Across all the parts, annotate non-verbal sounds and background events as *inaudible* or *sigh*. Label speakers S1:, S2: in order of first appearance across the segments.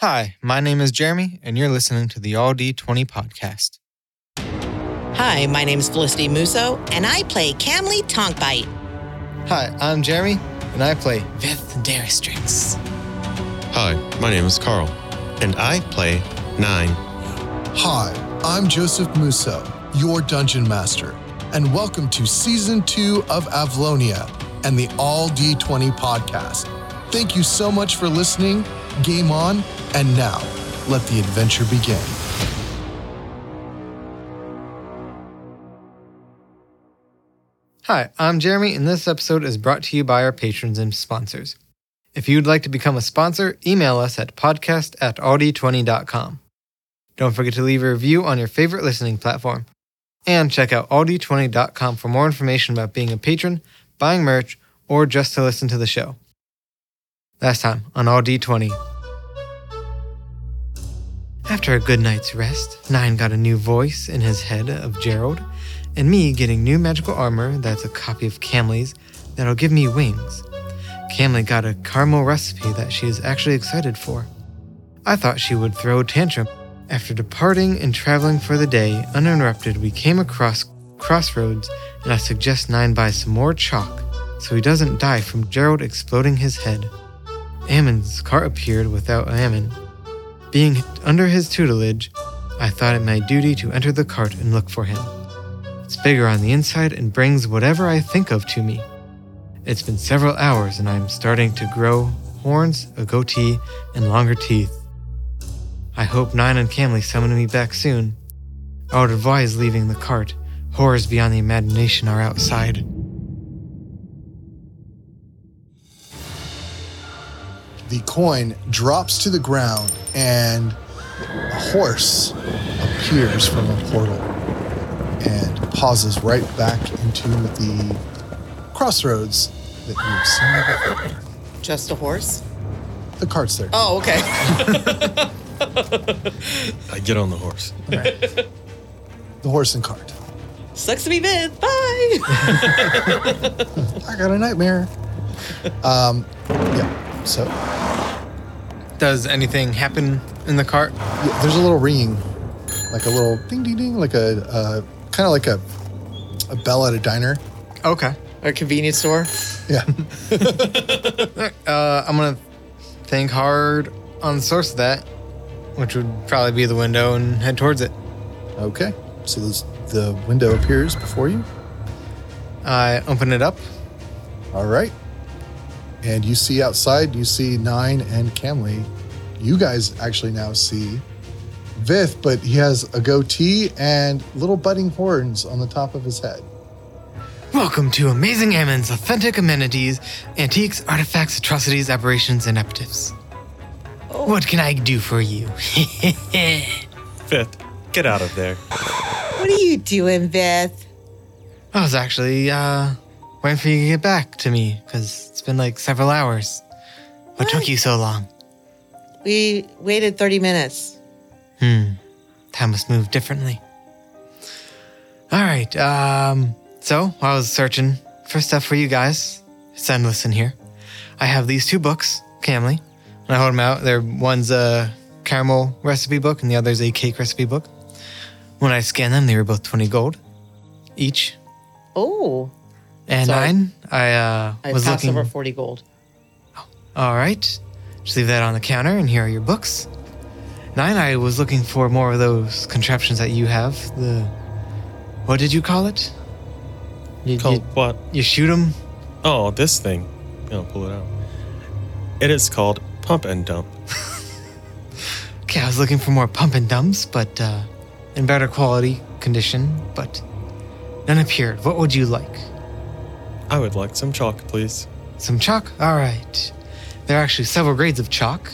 S1: Hi, my name is Jeremy, and you're listening to the All D20 podcast.
S2: Hi, my name's Felicity Musso, and I play Camly Tonkbite.
S1: Hi, I'm Jeremy, and I play Vith Daristrix.
S3: Hi, my name is Carl, and I play Nine.
S4: Hi, I'm Joseph Musso, your dungeon master, and welcome to season two of Avalonia and the All D20 podcast. Thank you so much for listening. Game on, and now let the adventure begin.
S1: Hi, I'm Jeremy, and this episode is brought to you by our patrons and sponsors. If you'd like to become a sponsor, email us at podcast at audi20.com. Don't forget to leave a review on your favorite listening platform. And check out audi20.com for more information about being a patron, buying merch, or just to listen to the show. Last time on Audi20. After a good night's rest, Nine got a new voice in his head of Gerald, and me getting new magical armor that's a copy of Camly's that'll give me wings. Camly got a caramel recipe that she is actually excited for. I thought she would throw a tantrum. After departing and traveling for the day uninterrupted, we came across crossroads, and I suggest Nine buy some more chalk so he doesn't die from Gerald exploding his head. Ammon's cart appeared without Ammon. Being under his tutelage, I thought it my duty to enter the cart and look for him. It's bigger on the inside and brings whatever I think of to me. It's been several hours and I'm starting to grow horns, a goatee, and longer teeth. I hope Nine and Camley summon me back soon. Our Devoy is leaving the cart. Horrors beyond the imagination are outside.
S4: The coin drops to the ground, and a horse appears from a portal and pauses right back into the crossroads that you've seen
S2: Just a horse?
S4: before. The cart's there.
S2: Oh, okay.
S3: I Uh, get on the horse.
S4: The horse and cart.
S2: *laughs* Sucks to be Viv. Bye.
S4: I got a nightmare. um, yeah. So
S1: Does anything happen in the cart?
S4: Yeah, there's a little ringing, like a little ding ding ding, like a uh, kind of like a a bell at a diner. *laughs*
S1: Okay.
S2: or convenience store.
S4: Yeah,
S1: Uh, I'm gonna think hard on the source of that, which would probably be the window, and head towards it.
S4: okay. So this, the window appears before you.
S1: I open it up.
S4: All right, and you see outside. You see Nine and Camley. You guys actually now see Vith, but he has a goatee and little budding horns on the top of his head.
S1: Welcome to Amazing Ammon's authentic amenities, antiques, artifacts, atrocities, aberrations, and epitaphs. What can I do for you?
S3: *laughs*
S1: *laughs*
S3: Fifth, get out of there.
S2: What are you doing, Viv?
S1: I was actually uh, waiting for you to get back to me because it's been like several hours. What took you so long?
S2: We waited 30 minutes.
S1: Time must move differently. All right. Um, so while I was searching for stuff for you guys, it's endless in here. I have these two books, Camly, and I hold them out. They're one's a caramel recipe book, and the other's a cake recipe book. When I scanned them, they were both twenty gold each.
S2: Oh,
S1: And
S2: Sorry.
S1: nine, I uh,
S2: I
S1: was
S2: passed
S1: looking.
S2: over 40 gold.
S1: All right. Just leave that on the counter, and here are your books. Nine, I was looking for more of those contraptions that you have. The. What did you call it? You,
S3: Called what?
S1: you, you shoot them?
S3: Oh, this thing. I'll pull it out. It is called Pump and Dump.
S1: Okay, I was looking for more pump and dumps, but uh, in better quality condition, but none appeared. What would you like?
S3: I would like some chalk, please.
S1: Some chalk? All right. There are actually several grades of chalk.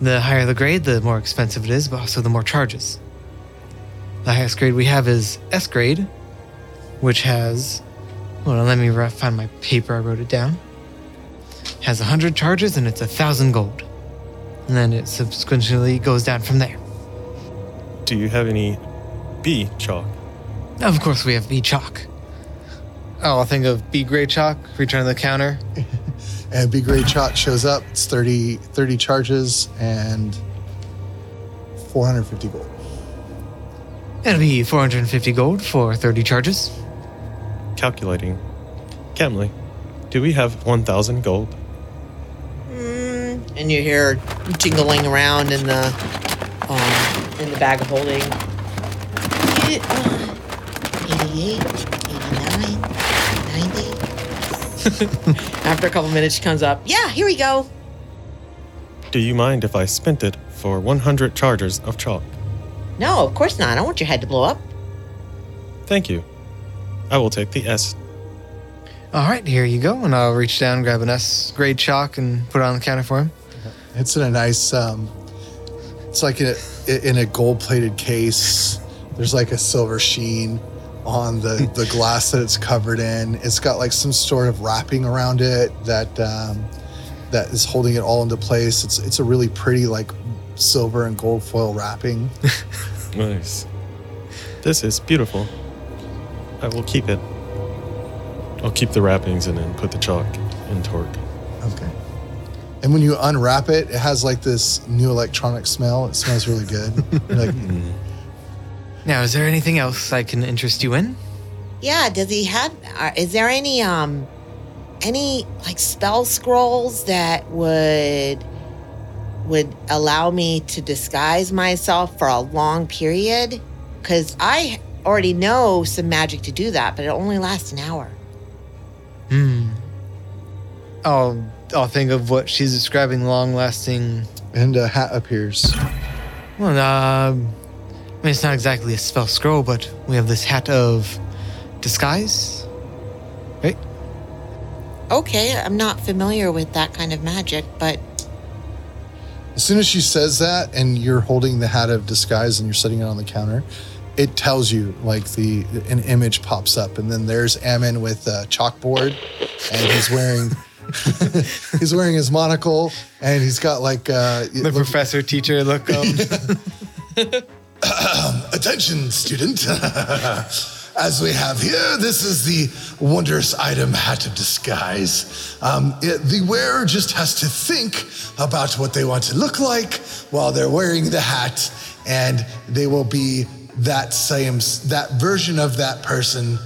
S1: The higher the grade, the more expensive it is, but also the more charges. The highest grade we have is S grade, which has. Hold on, let me re- find my paper. I wrote it down. Has 100 charges and it's 1,000 gold. And then it subsequently goes down from there.
S3: Do you have any B chalk?
S1: Of course, we have B chalk. Oh, I'll think of B grade chalk, return to the counter.
S4: And Big Ray Chot shows up. It's 30, 30 charges and 450 gold.
S1: That'll be 450 gold for 30 charges.
S3: Calculating. Camley, do we have 1,000 gold?
S2: Mm, and you hear jingling around in the um, in the bag of holding. It- uh, 88, 89, 90. *laughs* After a couple minutes, she comes up. Yeah, here we go.
S3: Do you mind if I spent it for 100 chargers of chalk?
S2: No, of course not. I don't want your head to blow up.
S3: Thank you. I will take the S.
S1: All right, here you go. And I'll reach down, grab an S grade chalk, and put it on the counter for him.
S4: It's in a nice, um, it's like in a, in a gold plated case. There's like a silver sheen on the, the glass that it's covered in. It's got like some sort of wrapping around it that um, that is holding it all into place. It's it's a really pretty like silver and gold foil wrapping.
S3: Nice. This is beautiful. I will keep it. I'll keep the wrappings and then put the chalk in torque.
S4: Okay. And when you unwrap it, it has like this new electronic smell. It smells really good. You're like,
S1: Now, is there anything else I can interest you in?
S2: Yeah, does he have? Are, is there any um, any like spell scrolls that would would allow me to disguise myself for a long period? Because I already know some magic to do that, but it only lasts an hour.
S1: Hmm. I'll, I'll think of what she's describing long lasting.
S4: and a hat appears.
S1: Well, uh, I mean, it's not exactly a spell scroll, but we have this hat of disguise. Right?
S2: Okay, I'm not familiar with that kind of magic, but
S4: As soon as she says that, and you're holding the hat of disguise and you're setting it on the counter, it tells you like the an image pops up, and then there's Ammon with a chalkboard, and he's wearing he's wearing *laughs* his monocle, and he's got like uh,
S1: The
S4: look-
S1: professor, teacher, look. Um,
S4: Attention, student. *laughs* As we have here, this is the wondrous item Hat of Disguise. Um, it- the wearer just has to think about what they want to look like while they're wearing the hat, and they will be that same, that version of that person,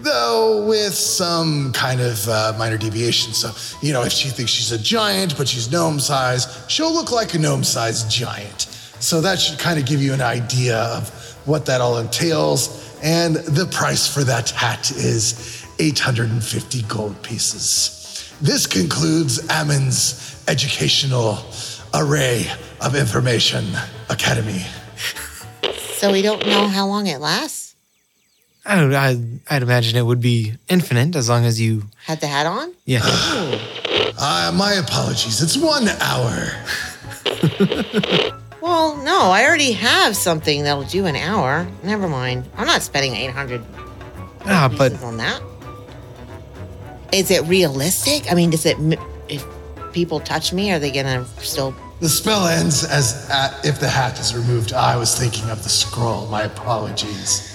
S4: though with some kind of uh, minor deviation. So, you know, if she thinks she's a giant, but she's gnome size, she'll look like a gnome sized giant. So that should kind of give you an idea of what that all entails. And the price for that hat is 850 gold pieces. This concludes Ammon's educational array of information academy.
S2: so we don't know how long it lasts.
S1: *laughs* I don't, I, I'd imagine it would be infinite as long as you.
S2: Had the hat on.
S4: *gasps*
S1: Yeah.
S4: Uh, my apologies, it's one hour.
S2: Well, no, I already have something that'll do an hour. Never mind. I'm not spending 800
S1: Ah, but
S2: pieces on that. Is it realistic? I mean, does it m- if people touch me, are they gonna still?
S4: The spell ends as at, if the hat is removed. I was thinking of the scroll, my apologies.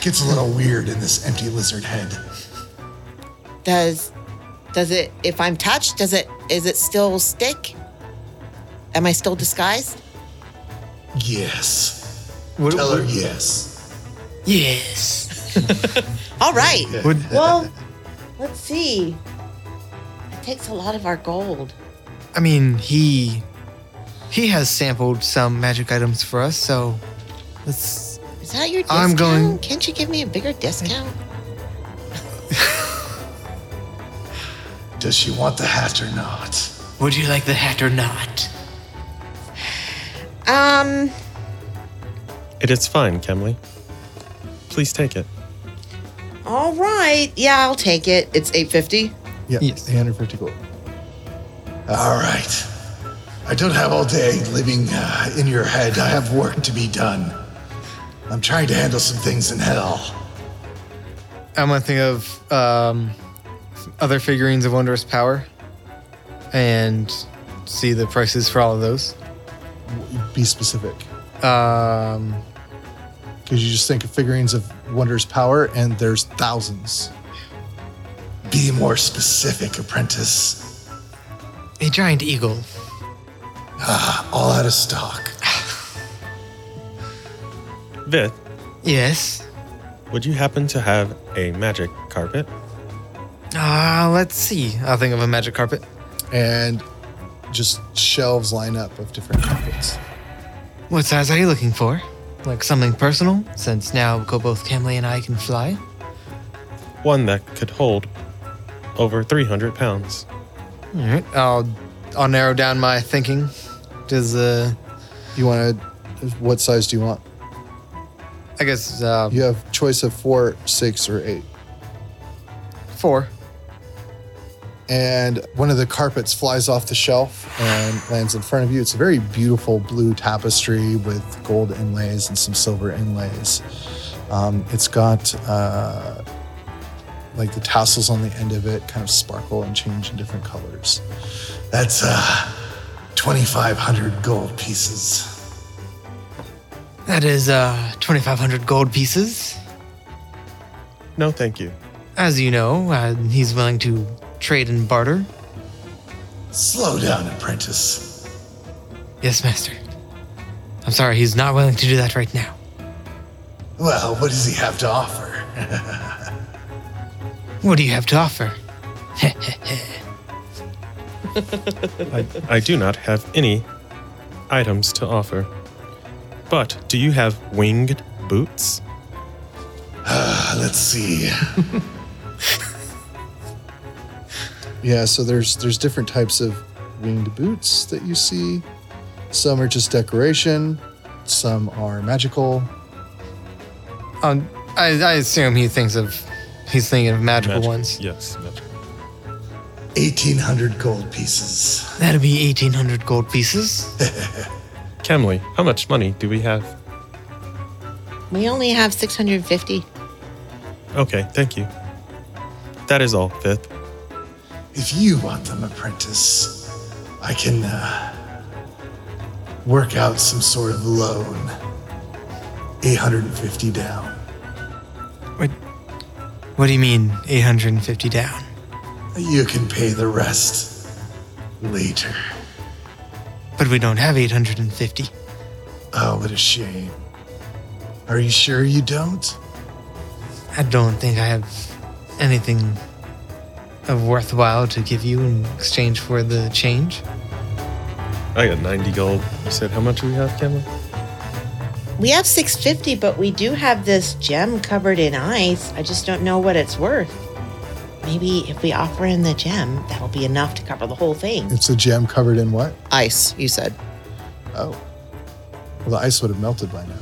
S4: Gets a little weird in this empty lizard head.
S2: Does does it? If I'm touched, does it? Is it still stick? Am I still disguised?
S4: Yes.
S1: What-
S4: Tell her yes.
S1: yes.
S2: All right.
S1: Would,
S2: Well, let's see. It takes a lot of our gold.
S1: I mean, he he has sampled some magic items for us, so let's.
S2: Is that your discount?
S1: I'm going-
S2: Can't you give me a bigger discount?
S4: Does she want the hat or not?
S1: Would you like the hat or not?
S2: Um.
S3: It is fine, Camley. Please take it.
S2: All right. Yeah, I'll take it. It's 850.
S4: Yeah,
S1: Yes.
S4: 850 gold. All right. I don't have all day living uh, in your head. I have work to be done. I'm trying to handle some things in hell.
S1: I'm gonna think of um, other figurines of wondrous power, and see the prices for all of those.
S4: Be specific.
S1: Um,
S4: Because you just think of figurines of wondrous power, and there's thousands. Be more specific, apprentice.
S1: A giant eagle.
S4: All out of stock.
S3: Vith,
S1: Yes.
S3: would you happen to have a magic carpet?
S1: Ah, let's see. I'll think of a magic carpet.
S4: And just shelves line up of different carpets.
S1: What size are you looking for? Like something personal, since now go both Camley and I can fly?
S3: One that could hold over 300 pounds.
S1: All right, I'll I'll narrow down my thinking. Does uh,
S4: You want to, what size do you want?
S1: I guess uh,
S4: You have choice of four, six, or eight.
S1: four.
S4: and one of the carpets flies off the shelf and lands in front of you. It's a very beautiful blue tapestry with gold inlays and some silver inlays. Um, it's got uh, like the tassels on the end of it kind of sparkle and change in different colors. That's uh, 2,500 gold pieces.
S1: That is uh, 2,500 gold pieces.
S3: No, thank you.
S1: As you know, uh, he's willing to trade and barter.
S4: Slow down, apprentice.
S1: Yes, master. I'm sorry, he's not willing to do that right now.
S4: Well, what does he have to offer?
S1: What do you have to offer?
S3: I, I do not have any items to offer. But do you have winged boots?
S4: Let's see. *laughs* yeah, so there's there's different types of winged boots that you see. Some are just decoration, some are magical.
S1: Um, I, I assume he thinks of he's thinking of magical
S3: Magic-
S1: ones.
S3: Yes. magic.
S4: 1800 gold pieces.
S1: That'll be 1,800 gold pieces.
S3: Camley, how much money do we have?
S2: We only have 650.
S3: Okay, thank you. That is all, Fifth.
S4: If you want them, apprentice, I can uh, work out some sort of loan. 850 down.
S1: what, what do you mean 850 down?
S4: You can pay the rest later.
S1: But we don't have 850.
S4: Oh, what a shame. Are you sure you don't?
S1: I don't think I have anything of worthwhile to give you in exchange for the change.
S3: I got 90 gold. You said how much do we have, Camley?
S2: We have 650, but we do have this gem covered in ice. I just don't know what it's worth. Maybe if we offer him the gem, that'll be enough to cover the whole thing.
S4: It's a gem covered in what?
S2: Ice, you said.
S4: Oh. Well, the ice would have melted by now.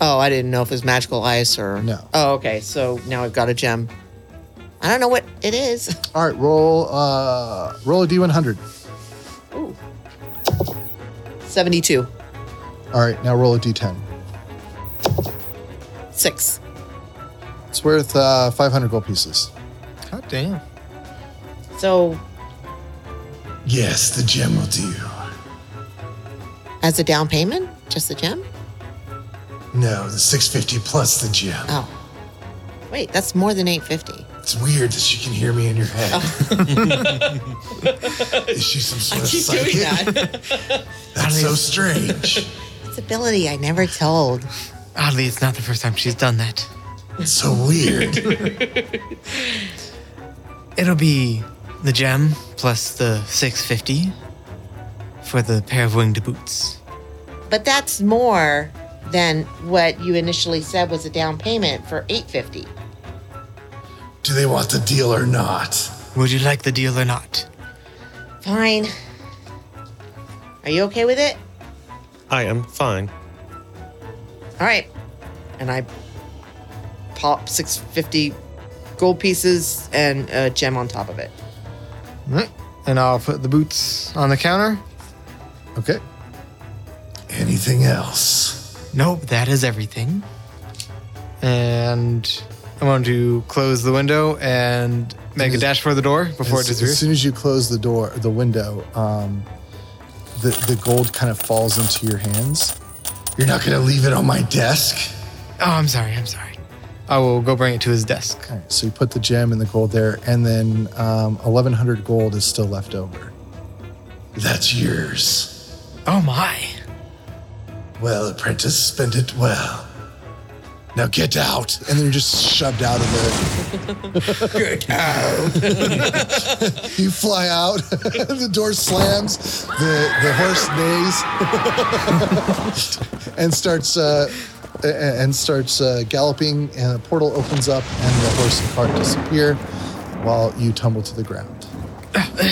S2: Oh, I didn't know if it was magical ice or.
S4: No.
S2: Oh, okay. So now I've got a gem. I don't know what it is.
S4: All right, roll uh roll a
S2: *laughs*
S4: d100.
S2: Ooh. 72.
S4: All right, now roll a d10.
S2: Six.
S4: It's worth uh, 500 gold pieces.
S1: God damn.
S2: So,
S4: Yes, the gem will do.
S2: as a down payment, just the gem?
S4: No, the 650 plus the gem.
S2: Oh. Wait, that's more than 850.
S4: It's weird that she can hear me in your head. *laughs* Is she some sort
S2: that.
S4: That's so strange.
S2: *laughs* it's ability I never told.
S1: Oddly, it's not the first time she's done that.
S4: It's so weird.
S1: It'll be the gem plus the 650 for the pair of winged boots.
S2: But that's more than what you initially said was a down payment for 850.
S4: Do they want the deal or not?
S1: Would you like the deal or not?
S2: Fine. Are you okay with it?
S3: I am fine.
S2: All right. And I pop 650 gold pieces and a gem on top of it.
S1: Right. And I'll put the boots on the counter.
S4: Okay. Anything else?
S1: Nope, that is everything. And I want to close the window and make a dash for the door before it
S4: As, as
S1: disappears.
S4: soon as you close the door, the window, um, the the gold kind of falls into your hands. You're not gonna leave it on my desk.
S1: Oh, I'm sorry. I'm sorry. I will go bring it to his desk.
S4: All right, so you put the gem and the gold there, and then um, 1,100 gold is still left over.
S5: That's yours.
S1: Oh my.
S5: Well, apprentice, spend it well. Now get out.
S4: And they're just shoved out of there. *laughs* you fly out, *laughs* the door slams, the, the horse neighs, *laughs* and starts uh, a- a- and starts uh, galloping. And a portal opens up, and the horse and cart disappear, while you tumble to the ground. and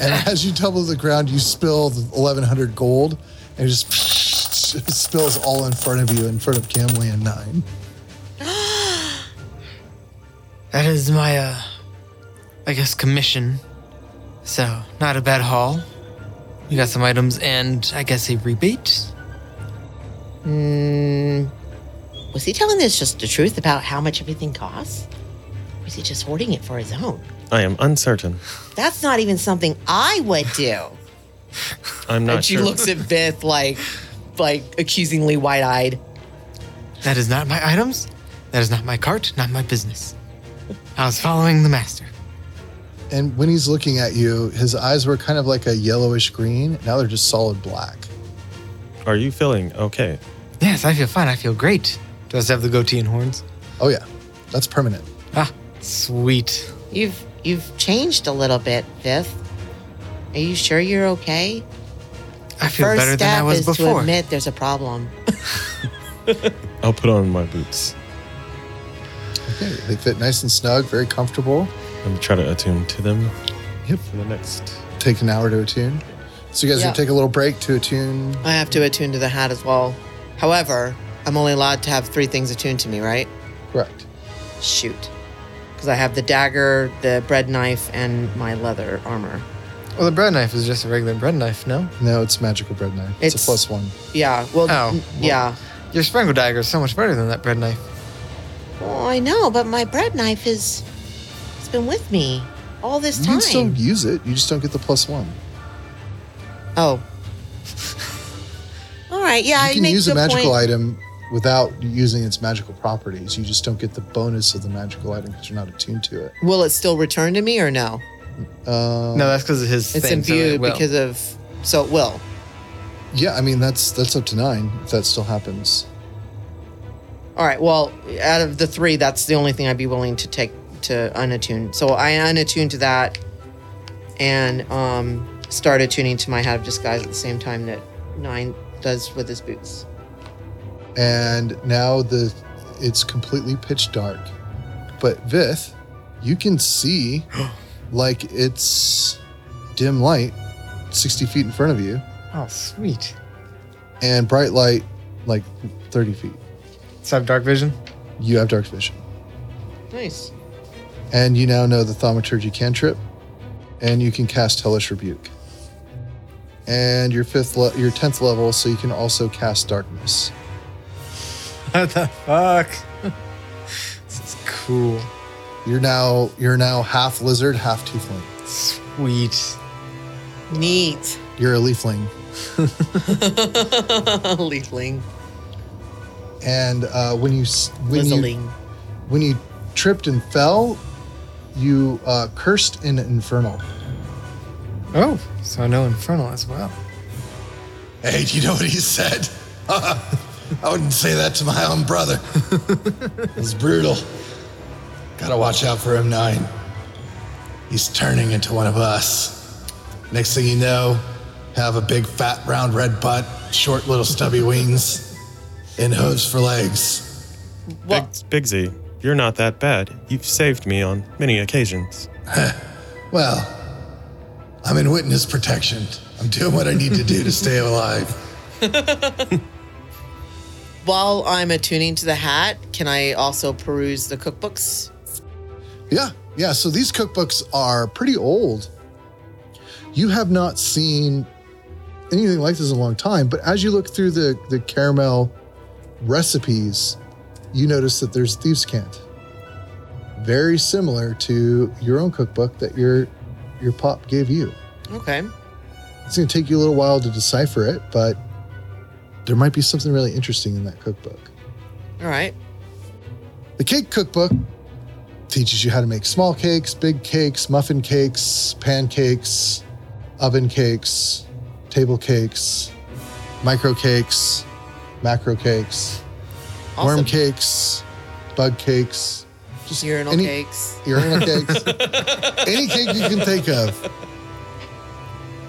S2: *laughs*
S4: as you tumble to the ground, you spill the 1,100 gold, and it just *laughs* spills all in front of you, in front of Camley and Nine.
S1: That is my, uh, I guess, commission. So, not a bad haul. You got some items and, I guess, a rebate?
S2: Hmm. Was he telling us just the truth about how much everything costs? Or is he just hoarding it for his own?
S3: I am uncertain.
S2: That's not even something I would do.
S3: I'm *laughs* not
S2: and she
S3: sure.
S2: looks at Vith like, like accusingly wide-eyed.
S1: That is not my items. That is not my cart, not my business. I was following the master.
S4: And when he's looking at you, his eyes were kind of like a yellowish green. Now they're just solid black.
S3: Are you feeling okay?
S1: Yes, I feel fine. I feel great. Do I still have the goatee and horns?
S4: Oh, yeah. That's permanent.
S1: Ah, sweet.
S2: You've you've changed a little bit, Vith. Are you sure you're okay?
S1: I feel
S2: First
S1: better
S2: step
S1: than I was
S2: is to
S1: before.
S2: admit there's a problem.
S3: I'll put on my boots
S4: Okay. They fit nice and snug, very comfortable.
S3: and try to attune to them.
S4: Yep.
S3: For the next.
S4: Take an hour to attune. So you guys
S2: Yeah.
S4: can take a little break to attune.
S2: I have to attune to the hat as well. However, I'm only allowed to have three things attuned to me, right?
S4: Correct.
S2: Shoot. Because I have the dagger, the bread knife, and my leather armor.
S1: Well, the bread knife is just a regular bread knife, no?
S4: No, it's magical bread knife. It's,
S2: It's-
S4: a plus one.
S2: Yeah. Well,
S1: Oh,
S2: n-
S1: well.
S2: yeah.
S1: Your sprinkle dagger is so much better than that bread knife.
S2: Well, I know, but my bread knife is. It's been with me all this
S4: You
S2: time.
S4: can still use it. You just don't get the plus one.
S1: *laughs*
S2: oh. all right. Yeah.
S4: you
S2: I
S4: can
S2: make
S4: use
S2: the
S4: a magical
S2: point.
S4: item without using its magical properties. You just don't get the bonus of the magical item because you're not attuned to it.
S2: Will it still return to me or no?
S4: Um,
S1: No, that's because of his
S2: It's
S1: thing. so
S2: imbued
S1: it will.
S2: because of. So it will.
S4: yeah, I mean that's that's up to nine if that still happens.
S2: All right. Well, out of the three, that's the only thing I'd be willing to take to unattune. So I unattune to that, and um, start attuning to my hat of disguise at the same time that Nine does with his boots.
S4: and now the it's completely pitch dark. But Vith, you
S2: *gasps*
S4: can see like it's dim light, sixty feet in front of you,
S1: Oh, sweet.
S4: and bright light, like thirty feet.
S1: So I have dark vision?
S4: You have dark vision,
S2: Nice.
S4: and you now know the thaumaturgy cantrip, and you can cast hellish rebuke. And your fifth, le- your tenth level, so you can also cast darkness.
S1: What the fuck? this is cool.
S4: You're now you're now half lizard, half tiefling.
S1: Sweet.
S2: *laughs* Neat.
S4: You're a leafling.
S2: Leafling.
S4: and uh, when you s- when you,
S2: Lizzling.
S4: when you tripped and fell, you uh, cursed in infernal.
S1: Oh, so I know Infernal as well.
S5: Hey, do you know what he said? *laughs* I wouldn't say that to my own brother. It's brutal. Gotta watch out for him, Nine. He's turning into one of us. Next thing you know, have a big, fat, round, red butt, short, little, stubby wings, and hooves for legs.
S3: Big, Bigsy, you're not that bad. You've saved me on many occasions.
S5: Well, I'm in witness protection. I'm doing what I need to do to stay alive.
S2: While I'm attuning to the hat, can I also peruse the cookbooks?
S4: Yeah, yeah. So these cookbooks are pretty old. You have not seen anything like this in a long time. But as you look through the the caramel recipes, you notice that there's thieves' cant, very similar to your own cookbook that your your pop gave you.
S2: Okay.
S4: It's going to take you a little while to decipher it, but there might be something really interesting in that cookbook.
S2: All right.
S4: The cake cookbook teaches you how to make small cakes, big cakes, muffin cakes, pancakes, oven cakes, table cakes, micro cakes, macro cakes, worm
S2: Awesome.
S4: cakes, bug cakes, just
S2: Urinal
S4: any-
S2: cakes. *laughs*
S4: urinal cakes, any cake you can think of.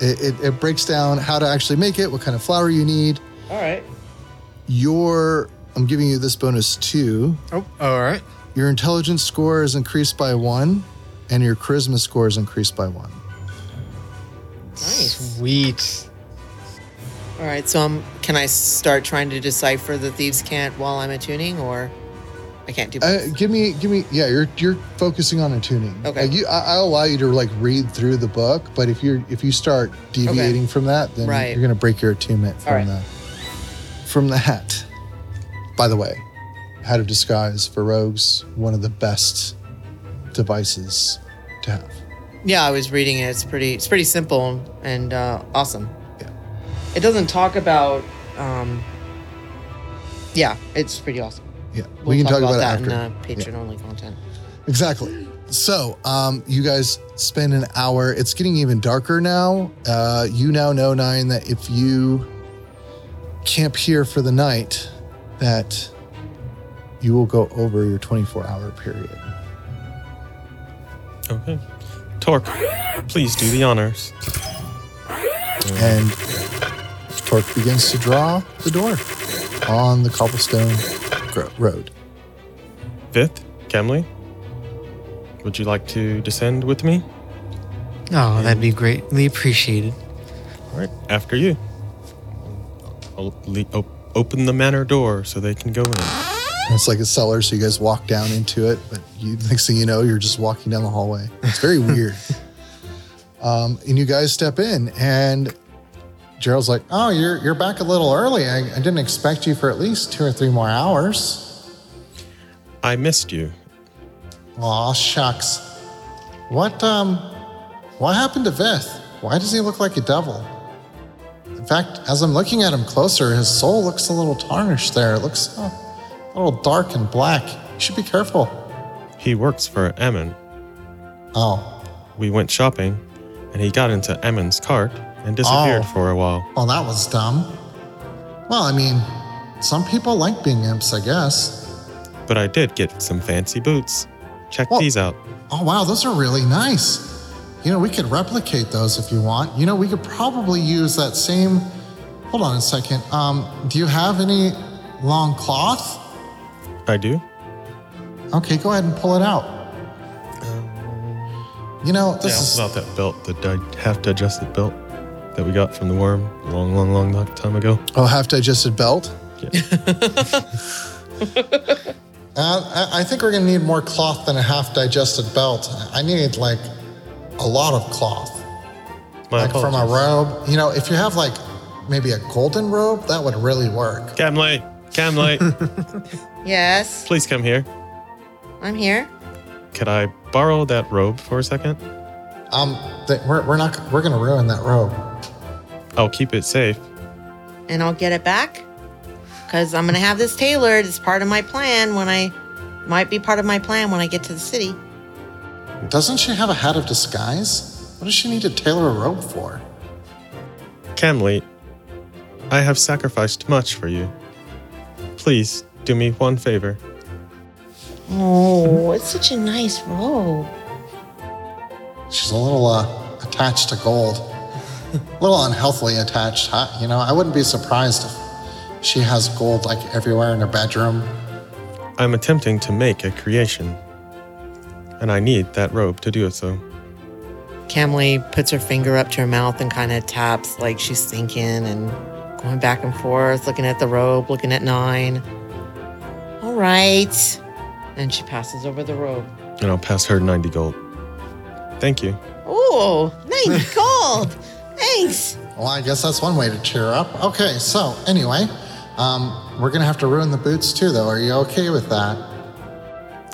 S4: It, it, it breaks down how to actually make it, what kind of flour you need.
S2: All right.
S4: Your, I'm giving you this bonus too.
S1: Oh, all right.
S4: Your intelligence score is increased by one, and your charisma score is increased by one.
S2: Nice.
S1: Sweet.
S2: All right. So I'm. Can I start trying to decipher the thieves can't while I'm attuning, or I can't do
S4: Uh,
S2: both?
S4: give me, give me. Yeah, you're you're focusing on attuning.
S2: Okay.
S4: Like you, I, I'll allow you to like read through the book, but if you're if you start deviating from that, then
S2: Right.
S4: you're gonna break your attunement from
S2: All right.
S4: the from the hat. By the way, how to disguise for rogues one of the best devices to have.
S2: yeah, I was reading it. It's pretty. It's pretty simple and uh, awesome. It doesn't talk about. Um, yeah, it's pretty awesome.
S4: Yeah,
S2: We'll
S4: we can talk, about,
S2: that
S4: it after.
S2: in uh, patron only content.
S4: Exactly. So, um, you guys spend an hour. It's getting even darker now. Uh, you now know, Nine, that if you camp here for the night, that you will go over your 24 hour period.
S3: Okay. Torque, please do the honors.
S4: And Torque begins to draw the door on the cobblestone gro- road.
S3: Fifth, Kemley, would you like to descend with me?
S1: Oh, that'd be greatly appreciated.
S3: All right, after you. I'll le- op- open the manor door so they can go in.
S4: And It's like a cellar, so you guys walk down into it. But you, *laughs* next thing you know, you're just walking down the hallway. It's very weird. Um, and you guys step in, and Gerald's like, "Oh, you're you're back a little early. I, I didn't expect you for at least two or three more hours."
S3: I missed you.
S4: Aw, shucks. What um, what happened to Vith? Why does he look like a devil? In fact, as I'm looking at him closer, his soul looks a little tarnished. There, it looks uh, a little dark and black. You should be careful.
S3: He works for Ammon.
S4: Oh,
S3: We went shopping, and he got into Ammon's cart and disappeared
S4: Oh.
S3: for a while.
S4: Well, that was dumb. Well, I mean, some people like being imps, I guess.
S3: But I did get some fancy boots. Check
S4: Well-
S3: these out.
S4: Oh, wow, those are really nice. You know, we could replicate those if you want. You know, we could probably use that same. Hold on a second. Um, do you have any long cloth?
S3: I do.
S4: Okay, go ahead and pull it out. you know,
S3: Yeah,
S4: this
S3: about that belt, the di- half-digested belt that we got from the worm a long, long, long, long time ago.
S4: is. Oh, half digested belt?
S3: Yeah.
S4: *laughs* Uh, I I think we're going to need more cloth than a half digested belt. I need, like, a lot of cloth.
S3: My
S4: like from a
S3: apologies.
S4: robe. You know, if you have like maybe a golden robe, that would really work.
S3: Camley,
S4: *laughs*
S3: Camley,
S2: Yes,
S3: please come here.
S2: I'm here.
S3: Could I borrow that robe for a second?
S4: Um, th- we're, we're not we're gonna ruin that robe.
S3: I'll keep it safe.
S2: and I'll get it back because I'm gonna have this tailored. It's part of my plan when I might be part of my plan when I get to the city.
S4: Doesn't she have a hat of disguise? What does she need to tailor a robe for?
S3: Camley, I have sacrificed much for you. Please do me one favor.
S2: Oh, it's such a nice robe.
S4: She's a little uh, attached to gold, a little unhealthily attached. Huh? You know, I wouldn't be surprised if she has gold like everywhere in her bedroom.
S3: I'm attempting to make a creation, and I need that robe to do so.
S2: Camley puts her finger up to her mouth and kind of taps like she's thinking and going back and forth, looking at the robe, looking at nine. All right. And she passes over the robe.
S3: And I'll pass her 90 gold. Thank you.
S2: Oh, nice gold. Thanks.
S4: Well, I guess that's one way to cheer up. Okay, so anyway, um, we're gonna have to ruin the boots too, though. Are you okay with that?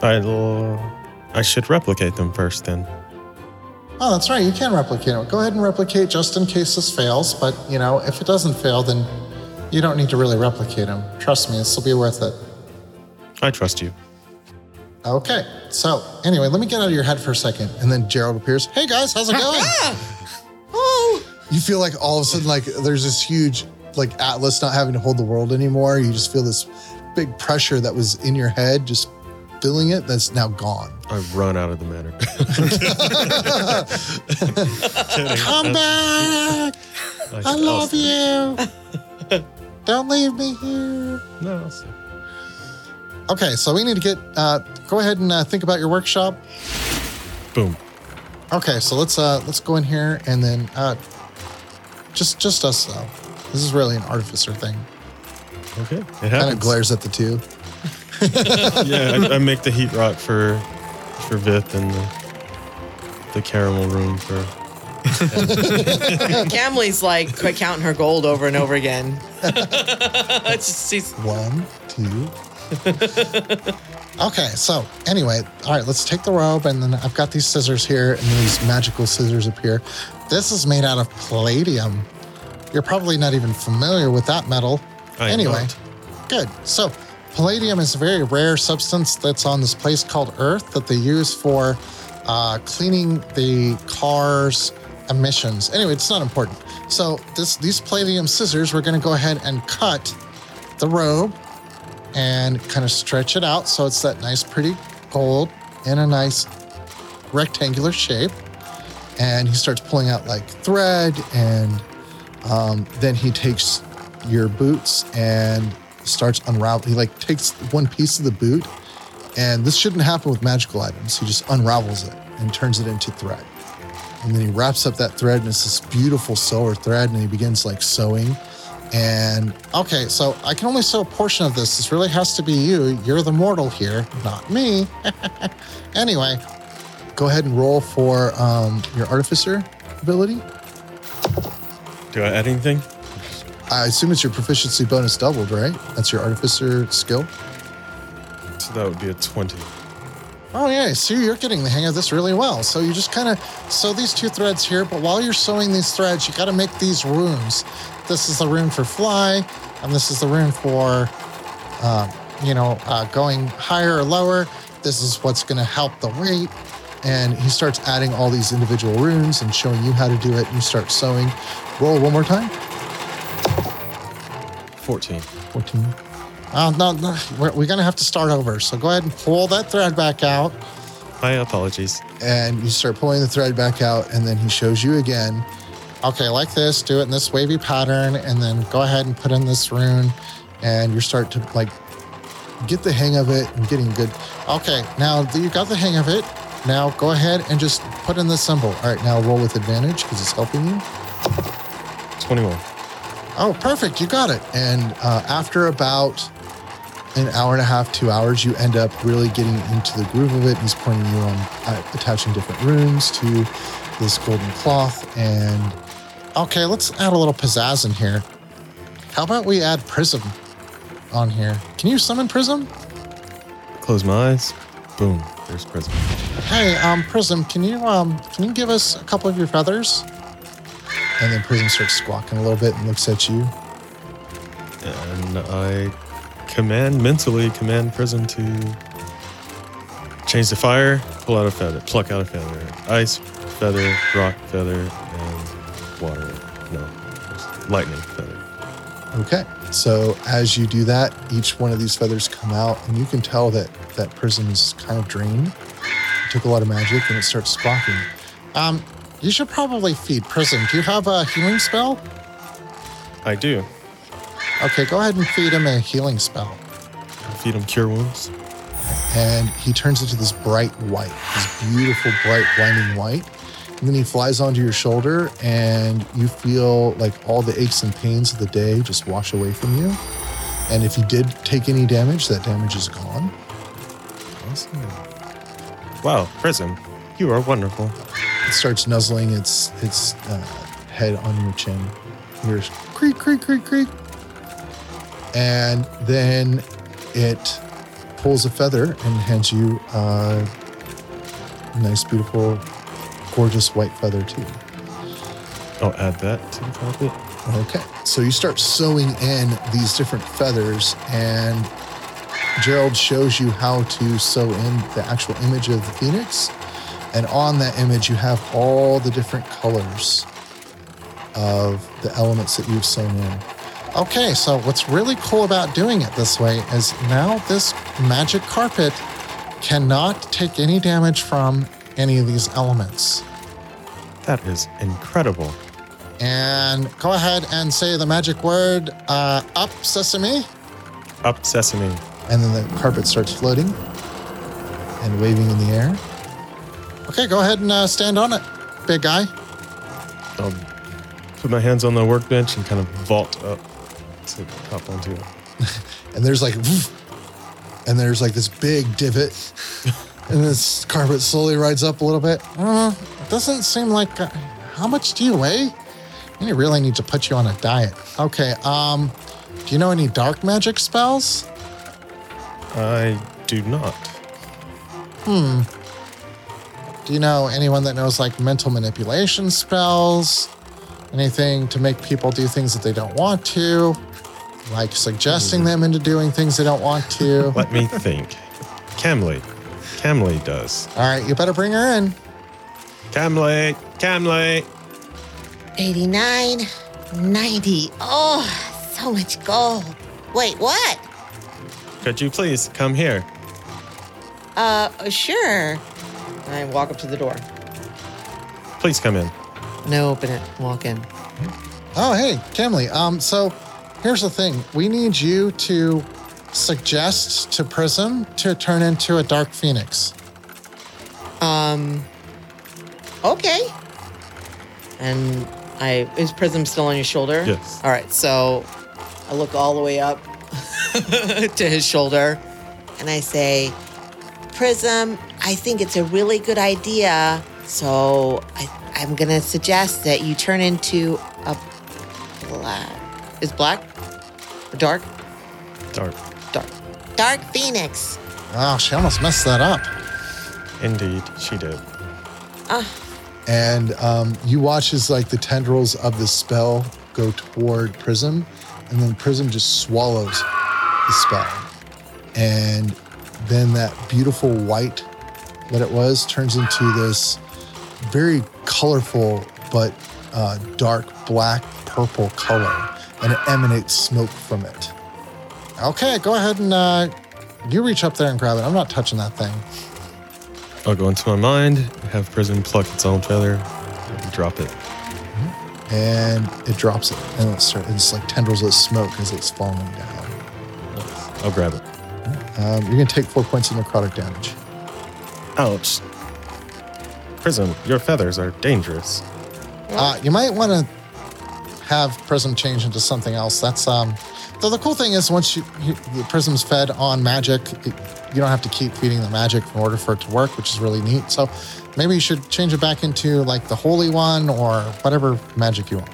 S3: I'll, I should replicate them first then.
S4: Oh, that's right. You can replicate it. Go ahead and replicate just in case this fails. But, you know, if it doesn't fail, then you don't need to really replicate them. Trust me, this will be worth it.
S3: I trust you.
S4: Okay. So, anyway, let me get out of your head for a second. And then Gerald appears. Hey, guys, how's it going?
S2: Oh,
S4: you feel like all of a sudden like there's this huge like atlas not having to hold the world anymore you just feel this big pressure that was in your head just filling it that's now gone
S3: I run out of the manor. *laughs*
S4: come back i love you don't leave me here
S3: No, I'll stay.
S4: okay so we need to get uh, go ahead and uh, think about your workshop
S3: boom.
S4: Okay, so let's uh let's go in here and then uh just just us though. This is really an artificer thing.
S3: Okay, it happens.
S4: Kind of glares at the two.
S3: yeah, I, I make the heat rock for for Vith and the, the caramel room for.
S2: Camley's like quit counting her gold over and over again. it's just, she's
S4: One, two. okay, so anyway, all right, let's take the robe and then I've got these scissors here and these magical scissors up here. This is made out of palladium. You're probably not even familiar with that metal.
S3: I am
S4: anyway,
S3: not.
S4: good. So, palladium is a very rare substance that's on this place called Earth that they use for uh, cleaning the car's emissions. Anyway, it's not important. So, this these palladium scissors, we're going to go ahead and cut the robe and kind of stretch it out so it's that nice, pretty gold in a nice rectangular shape. And he starts pulling out like thread, and um, then he takes your boots and starts unraveling. He like takes one piece of the boot, and this shouldn't happen with magical items. He just unravels it and turns it into thread. And then he wraps up that thread, and it's this beautiful sewer thread, and he begins like sewing. And okay, so I can only sew a portion of this. This really has to be you. You're the mortal here, not me. *laughs* anyway, go ahead and roll for um, your artificer ability.
S3: Do I add anything?
S4: I assume it's your proficiency bonus doubled, right? That's your artificer skill.
S3: So that would be a twenty.
S4: Oh yeah, so you're getting the hang of this really well. So you just kind of sew these two threads here, but while you're sewing these threads, you got to make these rooms. This is the room for fly, and this is the room for, uh, you know, uh, going higher or lower. This is what's going to help the weight. And he starts adding all these individual runes and showing you how to do it. And you start sewing. Roll one more time.
S3: Fourteen.
S4: 14. Oh, no, no. We're, we're going to have to start over. So go ahead and pull that thread back out.
S3: My apologies.
S4: And you start pulling the thread back out. And then he shows you again. Okay, like this, do it in this wavy pattern. And then go ahead and put in this rune. And you start to like get the hang of it and getting good. Okay, now that you got the hang of it, now go ahead and just put in the symbol. All right, now roll with advantage because it's helping you.
S3: Twenty-one.
S4: Oh, perfect. You got it. And uh, after about an hour and a half, two hours, you end up really getting into the groove of it. He's pointing you on uh, attaching different runes to this golden cloth. And okay, let's add a little pizzazz in here. How about we add prism on here? Can you summon prism?
S3: Close my eyes. Boom. There's Prism.
S4: Hey, um, Prism, can you um, can you give us a couple of your feathers? And then Prism starts squawking a little bit and looks at you.
S3: And I command mentally command Prism to change the fire, pull out a feather, pluck out a feather, ice feather, rock feather, and water. No, lightning feather.
S4: Okay. So as you do that, each one of these feathers come out, and you can tell that that prism is kind of drained. It took a lot of magic, and it starts squawking. Um, you should probably feed Prism. Do you have a healing spell?
S3: I do.
S4: Okay, go ahead and feed him a healing spell.
S3: I feed him cure wounds.
S4: and he turns into this bright white, this beautiful, bright, blinding white. And then he flies onto your shoulder, and you feel like all the aches and pains of the day just wash away from you. And if you did take any damage, that damage is gone.
S3: Awesome. Wow, Prism, you are wonderful.
S4: It starts nuzzling its its uh, head on your chin. Here's creak, creak, creak, creak, and then it pulls a feather and hands you uh, a nice, beautiful, gorgeous white feather too.
S3: I'll add that to the carpet.
S4: Okay, so you start sewing in these different feathers, and Gerald shows you how to sew in the actual image of the phoenix. And on that image, you have all the different colors of the elements that you've sewn in. Okay, so what's really cool about doing it this way is now this magic carpet cannot take any damage from any of these elements.
S3: That is incredible.
S4: And go ahead and say the magic word uh, up sesame.
S3: Up sesame.
S4: And then the carpet starts floating and waving in the air. Okay, go ahead and uh, stand on it, big guy.
S3: I'll put my hands on the workbench and kind of vault up to hop onto it.
S4: And there's like, woof,
S6: and there's like this big
S4: *laughs*
S6: divot, and this carpet slowly rides up a little bit.
S4: uh, it doesn't seem like. Uh, how much do you weigh? You really need to put you on a diet. Okay, um, do you know any dark magic spells?
S3: I do not.
S4: Do you know anyone that knows like mental manipulation spells? Anything to make people do things that they don't want to? Like suggesting them into doing things they don't want to?
S3: Let me think. Camley. Camley does.
S4: All right, you better bring her in.
S3: Camley. Camley.
S2: 89, 90. Oh, so much gold. Wait, what?
S3: Could you please come here?
S2: Uh, sure. I walk up to the door.
S3: Please come in.
S2: No, open it. Walk in.
S4: Oh, hey, Kimley. Um, so here's the thing. We need you to suggest to Prism to turn into a Dark Phoenix.
S2: Um, okay. And I is Prism still on your shoulder?
S3: Yes.
S2: All right. So I look all the way up *laughs* to his shoulder, and I say, "Prism, I think it's a really good idea. So I, I'm gonna suggest that you turn into a black. Is black or dark?
S3: Dark.
S2: Dark. Dark Phoenix.
S4: Oh, she almost messed that up.
S3: Indeed, she did.
S6: and um, you watch as like the tendrils of the spell go toward prism and then prism just swallows the spell and then that beautiful white that it was turns into this very colorful but uh, dark black purple color and it emanates smoke from it
S4: Okay, go ahead and uh, you reach up there and grab it. I'm not touching that thing.
S3: I'll go into my mind, have Prism pluck its own feather, and drop it.
S4: And it drops it. And it starts, it's like tendrils of smoke as it's falling down.
S3: I'll grab it.
S4: Um, you're going to take four points of necrotic damage.
S3: Ouch. Prism, your feathers are dangerous.
S4: Uh, you might want to have Prism change into something else. That's um. Though the cool thing is, once you, you the Prism's fed on magic, it, you don't have to keep feeding the magic in order for it to work, which is really neat. So maybe you should change it back into like the Holy One or whatever magic you want.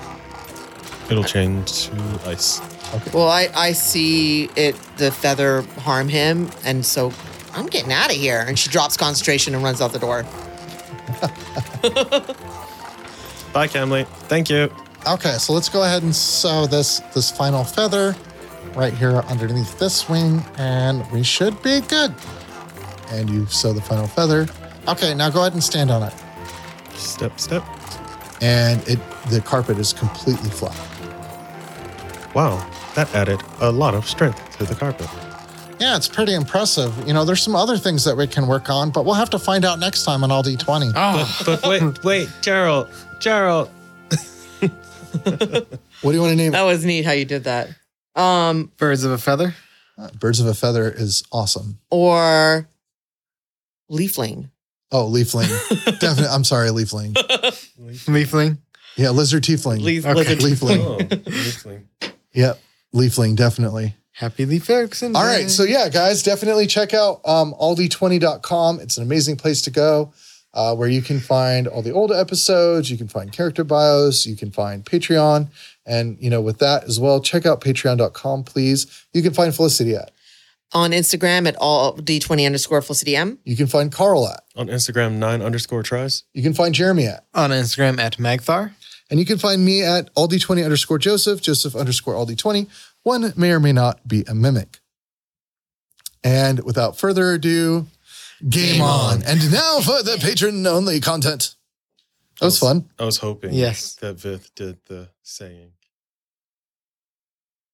S3: It'll change to ice.
S2: Well, I, I see it, the feather harm him, and so I'm getting out of here. And she drops concentration and runs out the door.
S3: Bye, Camley. Thank you.
S4: Okay, so let's go ahead and sew this this final feather right here underneath this wing, and we should be good. And you sew the final feather. Okay, now go ahead and stand on it.
S3: Step, step.
S4: and it the carpet is completely flat.
S3: Wow, that added a lot of strength to the carpet.
S4: Yeah, it's pretty impressive. You know, there's some other things that we can work on, but we'll have to find out next time on All D20.
S3: But wait, wait, Gerald, Gerald.
S6: what do you want to name it
S2: That was neat how you did that. Um,
S1: Birds of a feather.
S4: Uh, Birds of a Feather is awesome.
S2: or leafling.
S4: Oh, Leafling. Definitely. I'm sorry, Leafling.
S1: Leafling.
S4: Yeah, Lizard Tiefling.
S2: Leaf-
S1: Okay.
S2: lizard-
S4: Leafling.
S3: Oh.
S4: Yep. Leafling, definitely.
S1: Happy Leaf Erickson.
S4: All right.
S1: Day.
S4: So, yeah, guys, definitely check out um, aldi20.com. It's an amazing place to go uh, where you can find all the old episodes, you can find character bios, you can find Patreon. And, you know, with that as well, check out patreon.com, please. You can find Felicity at,
S2: On Instagram at all D20 underscore Felicity M.
S4: you can find Carl at,
S3: On Instagram, nine underscore tries.
S4: you can find Jeremy at,
S1: on Instagram at Magthar.
S4: and you can find me at aldi20 underscore Joseph, Joseph underscore aldi20. One may or may not be a mimic. And without further ado, game, on. And now for the patron only content.
S7: That was fun.
S3: I was hoping
S1: Yes.
S3: that Vith did the saying.